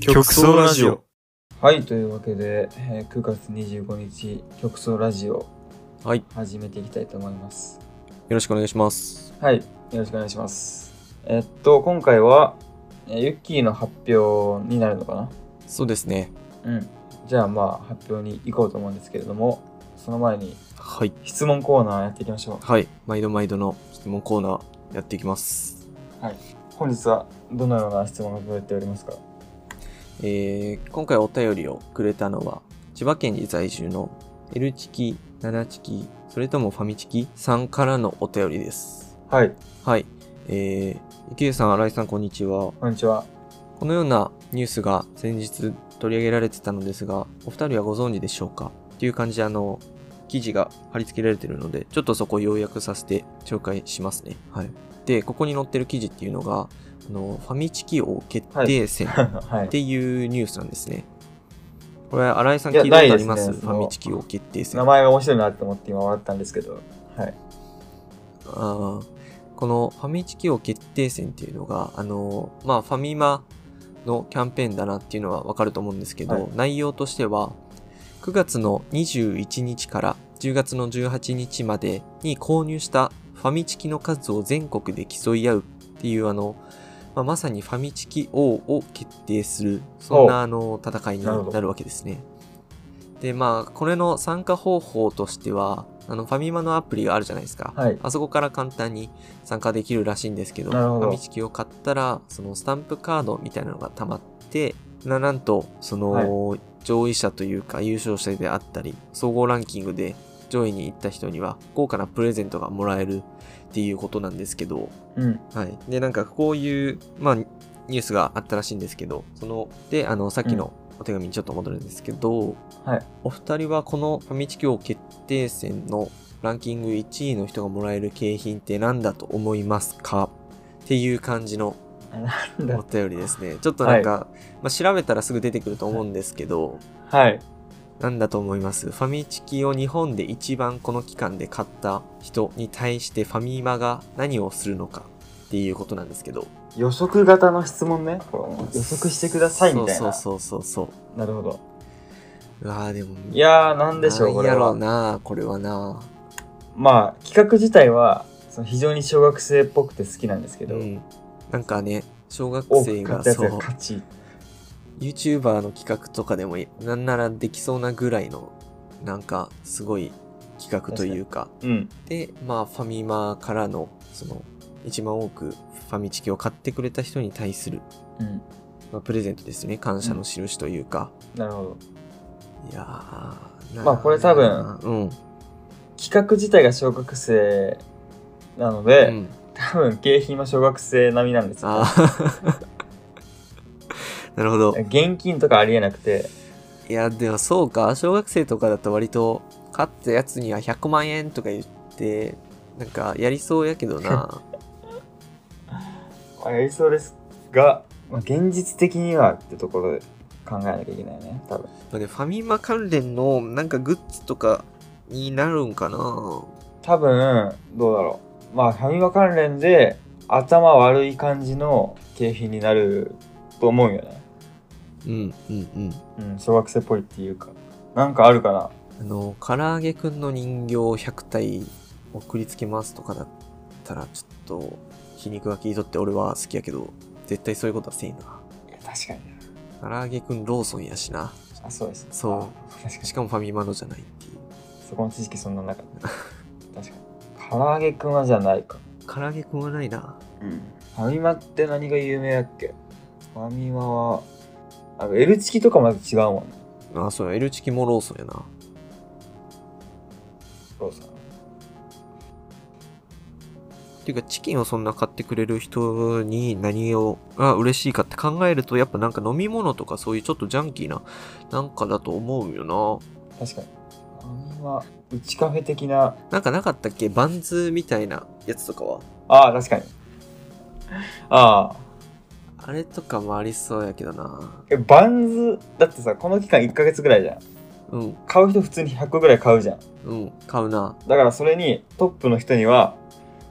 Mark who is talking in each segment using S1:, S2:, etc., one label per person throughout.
S1: 極総ラジオ。
S2: はい、というわけで、えー9月25日、曲奏ラジオ
S1: はい。よ
S2: 始めていきたいと思います。
S1: ろしくお願いします。
S2: はい、よろしくお願いします。えっと、今回は、えーユッキーの発表になるのかな
S1: そうですね。
S2: うん。じゃあ、まあ、発表に行こうと思うんですけれども、その前に
S1: はい。
S2: 質問コーナーやっていきましょ
S1: はい。毎度毎度の質問コーナーやっていきます。
S2: う。本日はどのような質問が届いておりますか
S1: えー今回お便りをくれたのは、千葉県に在住の L チキ、7チキ、それともファミチキさんからのお便りです。
S2: はい、
S1: はい。えー、池江さん、新井さん、こんにちは。
S2: こんにち は。
S1: このようなニュースが先日取り上げられてたのですが、お二人はご存知でしょうかっていう感じで、あの、記事が貼り付けられてるので、ちょっとそこを要約させて紹介しますね。はい。で、ここに載ってる記事っていうのが、あの、ファミチキ王決定戦っ
S2: はい。
S1: ていうニュースなんですね。これ、新井さん
S2: いや
S1: 聞いたことありま
S2: ない
S1: す
S2: です
S1: フ
S2: ね
S1: ァミチキ王決定戦。
S2: 名
S1: あ
S2: 前が面白いなと思って今笑ったんですけど、はい。
S1: ーこのファミチキ王決定戦っていうのが、あの、まあ、ファミマのキャンペーンだなっていうのはわかると思うんですけど、
S2: はい
S1: 内容としては9月の21日から10月の18日までに購入したファミチキの数を全国で競い合うっていうあの、まあ、まさにファミチキ王を決定するそん
S2: お
S1: なあの戦いに
S2: なるほど
S1: なるわけですね。でまあこれの参加方法としてはあのファミマのアプリがあるじゃないですか、
S2: はい
S1: あそこから簡単に参加できるらしいんですけど
S2: なるほど
S1: ファミチキを買ったらそのスタンプカードみたいなのがたまってななんとその、上位者というか優勝者であったり総合ランキングで上位に行った人には豪華なプレゼントがもらえるっていうことなんですけど、
S2: うん。
S1: はい、でなんかこういう、まあ、ニュースがあったらしいんですけどそのであのさっきのお手紙にちょっと戻るんですけど、
S2: はい
S1: お二人はこのファミチキ王決定戦のランキング1位の人がもらえる景品って何だと思いますかっていう感じの
S2: なん
S1: お
S2: だ
S1: 便りですね。ちょっとなんか、まあ、調べたらすぐ出てくると思うんですけど、
S2: はい。
S1: なんだと思いますファミチキを日本で一番この期間で買った人に対してファミマが何をするのかっていうことなんですけど。
S2: 予測型の質問ね。これもう予測してくださいみたいな。
S1: そうそうそうそうそ
S2: なるほど。
S1: う。うわあでも。
S2: いやー、なんでしょう、こ
S1: なん
S2: れ
S1: やろう
S2: は。
S1: な、これはな。
S2: まあ、企画自体は、その非常に小学生っぽくて好きなんですけ
S1: う
S2: ど、
S1: ん。なんかね、小学
S2: 多
S1: 生
S2: く買
S1: が
S2: ったやつ
S1: そう
S2: が、勝ち。
S1: YouTuber の企画とかでもいなんならできそうなぐらいの、なんかすごい企画というか、
S2: うん。
S1: で、まあ、ファミマからの、その、一番多くファミチキを買ってくれた人に対する、
S2: うん。
S1: まあ、プレゼントですね。感謝の印というか。
S2: なるほど。
S1: いやーな
S2: まあこれ多分
S1: うん。
S2: 企画自体が小学生なので、
S1: うん、
S2: 多分景品は小学生並みなんですよ
S1: あ。ー なるほど。
S2: 現金とかありえなくて、
S1: いや、でもそうか。小学生とかだと割と、買ったやつには100万円とか言って、なんかやりそうやけ どな。
S2: あやりそうですが、まあ、現実的にはってところで考えなきゃいけないね、多分。
S1: まあね、ファミマ関連のなんかグッズとかになるんかな
S2: 多分どうだろうまあファミマ関連で頭悪い感じの景品になると思うよね
S1: うんうんうん
S2: うん小学生っぽいっていうかなんかあるかな
S1: あの唐揚げくんの人形100体送りつけますとかだったらちょっと皮肉が効いとって俺は好きやけど絶対そういうことはせんない
S2: や確かに
S1: 唐揚げくんローソンやしな
S2: あそうです
S1: そう
S2: あ確かに
S1: しかもファミマのじゃないっていう
S2: そこの知識そんななかった確かに唐揚げくんはじゃないか
S1: 唐揚げくんはないな
S2: うんファミマって何が有名だっけファミマはあの L チキとかまた違うもんね
S1: あそうや L チキもローソンやな
S2: ローソン
S1: っていうかチキンをそんな買ってくれる人に何をが嬉しいかって考えるとやっぱなんか飲み物とかそういうちょっとジャンキーななんかだと思うよ
S2: 確かにファミマうちカフェ的な
S1: ななんかなかったっけバンズみたいなやつとかは
S2: ああ確かにああ
S1: あれとかもありそうやけどな
S2: えバンズだってさこの期間1ヶ月ぐらいじゃん
S1: うん
S2: 買う人普通に100個ぐらい買うじゃん
S1: うん買うな
S2: だからそれにトップの人には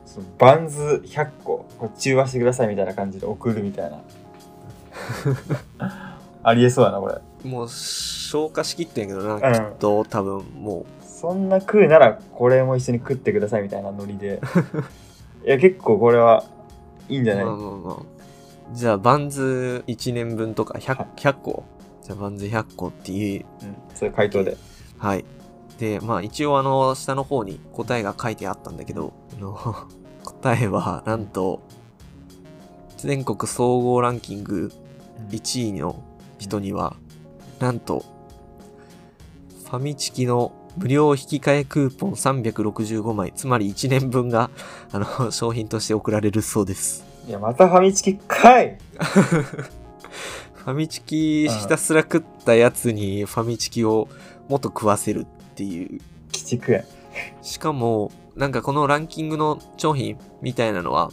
S2: そそのバンズ100個これ中和してくださいみたいな感じで送るみたいな ありえそうだなこれ
S1: もう消化しきってんやけどな、
S2: ん
S1: きっと多分も
S2: そんな食うならこれも一緒に食ってくださいみたいなノ リでいや結構これはいいんじ
S1: う
S2: ゃ
S1: ま
S2: な
S1: あ
S2: い、
S1: まあまあじゃあバンズ1年分とか 100, 100個じゃあバンズ100個っていう
S2: うん、そういう回答で
S1: はいでまあ一応あの下の方に答えが書いてあったんだけどあの 答えはなんと全国総合ランキング1位の人には、なんと、ファミチキの無料引換えクーポン365枚、つまり1年分が、あの、商品として送られるそうです。
S2: いやまたファミチキかい
S1: ファミチキひたすら食ったやつにファミチキをもっと食わせるっていう。
S2: 鬼畜やん、
S1: しかも、なんかこのランキングの商品みたいなのは、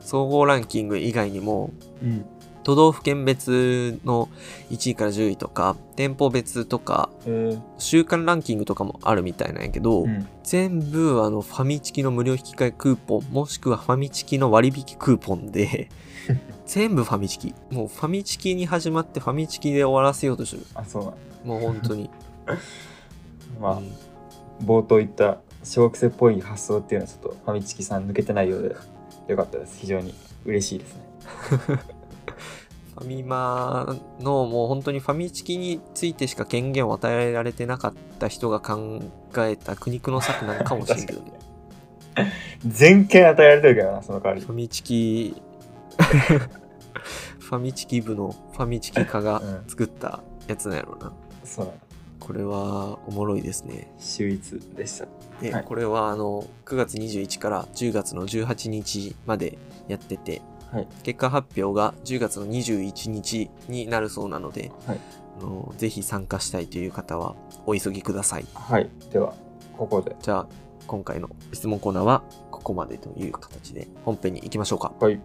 S1: 総合ランキング以外にも、
S2: うん
S1: 都道府県別の1位から10位とか、店舗別とか、
S2: えー
S1: 週間ランキングとかもあるみたいなんやけど、
S2: うん、
S1: 全部あのファミチキの無料引き換えクーポンもしくはファミチキの割引クーポン で全部ファミチキもうファミチキに始まってファミチキで終わらせようとする
S2: あそうなん
S1: もう本当に
S2: まあ、
S1: うん
S2: 冒頭言った小学生っぽい発想っていうのはちょっとファミチキさん抜けてないようでよかったです非常に嬉しいですね
S1: ファミマのもう本当にファミチキについてしか権限を与えられてなかった人が考えた苦肉の策なのかもしれんけ どね
S2: 全権与えられてるからなその代わり
S1: ファミチキ ファミチキ部のファミチキ課が作ったやつなんやろうな
S2: そうなん
S1: これはおもろいですね。
S2: 秀逸でした
S1: で、
S2: はい
S1: これはあの9月21から10月の18日までやってて、
S2: はい
S1: 結果発表が10月の21日になるそうなので、
S2: はい
S1: あのぜひ参加したいという方はお急ぎください。
S2: はいではここで
S1: じゃあ今回の質問コーナーはここまでという形で本編に行きましょうか。
S2: はい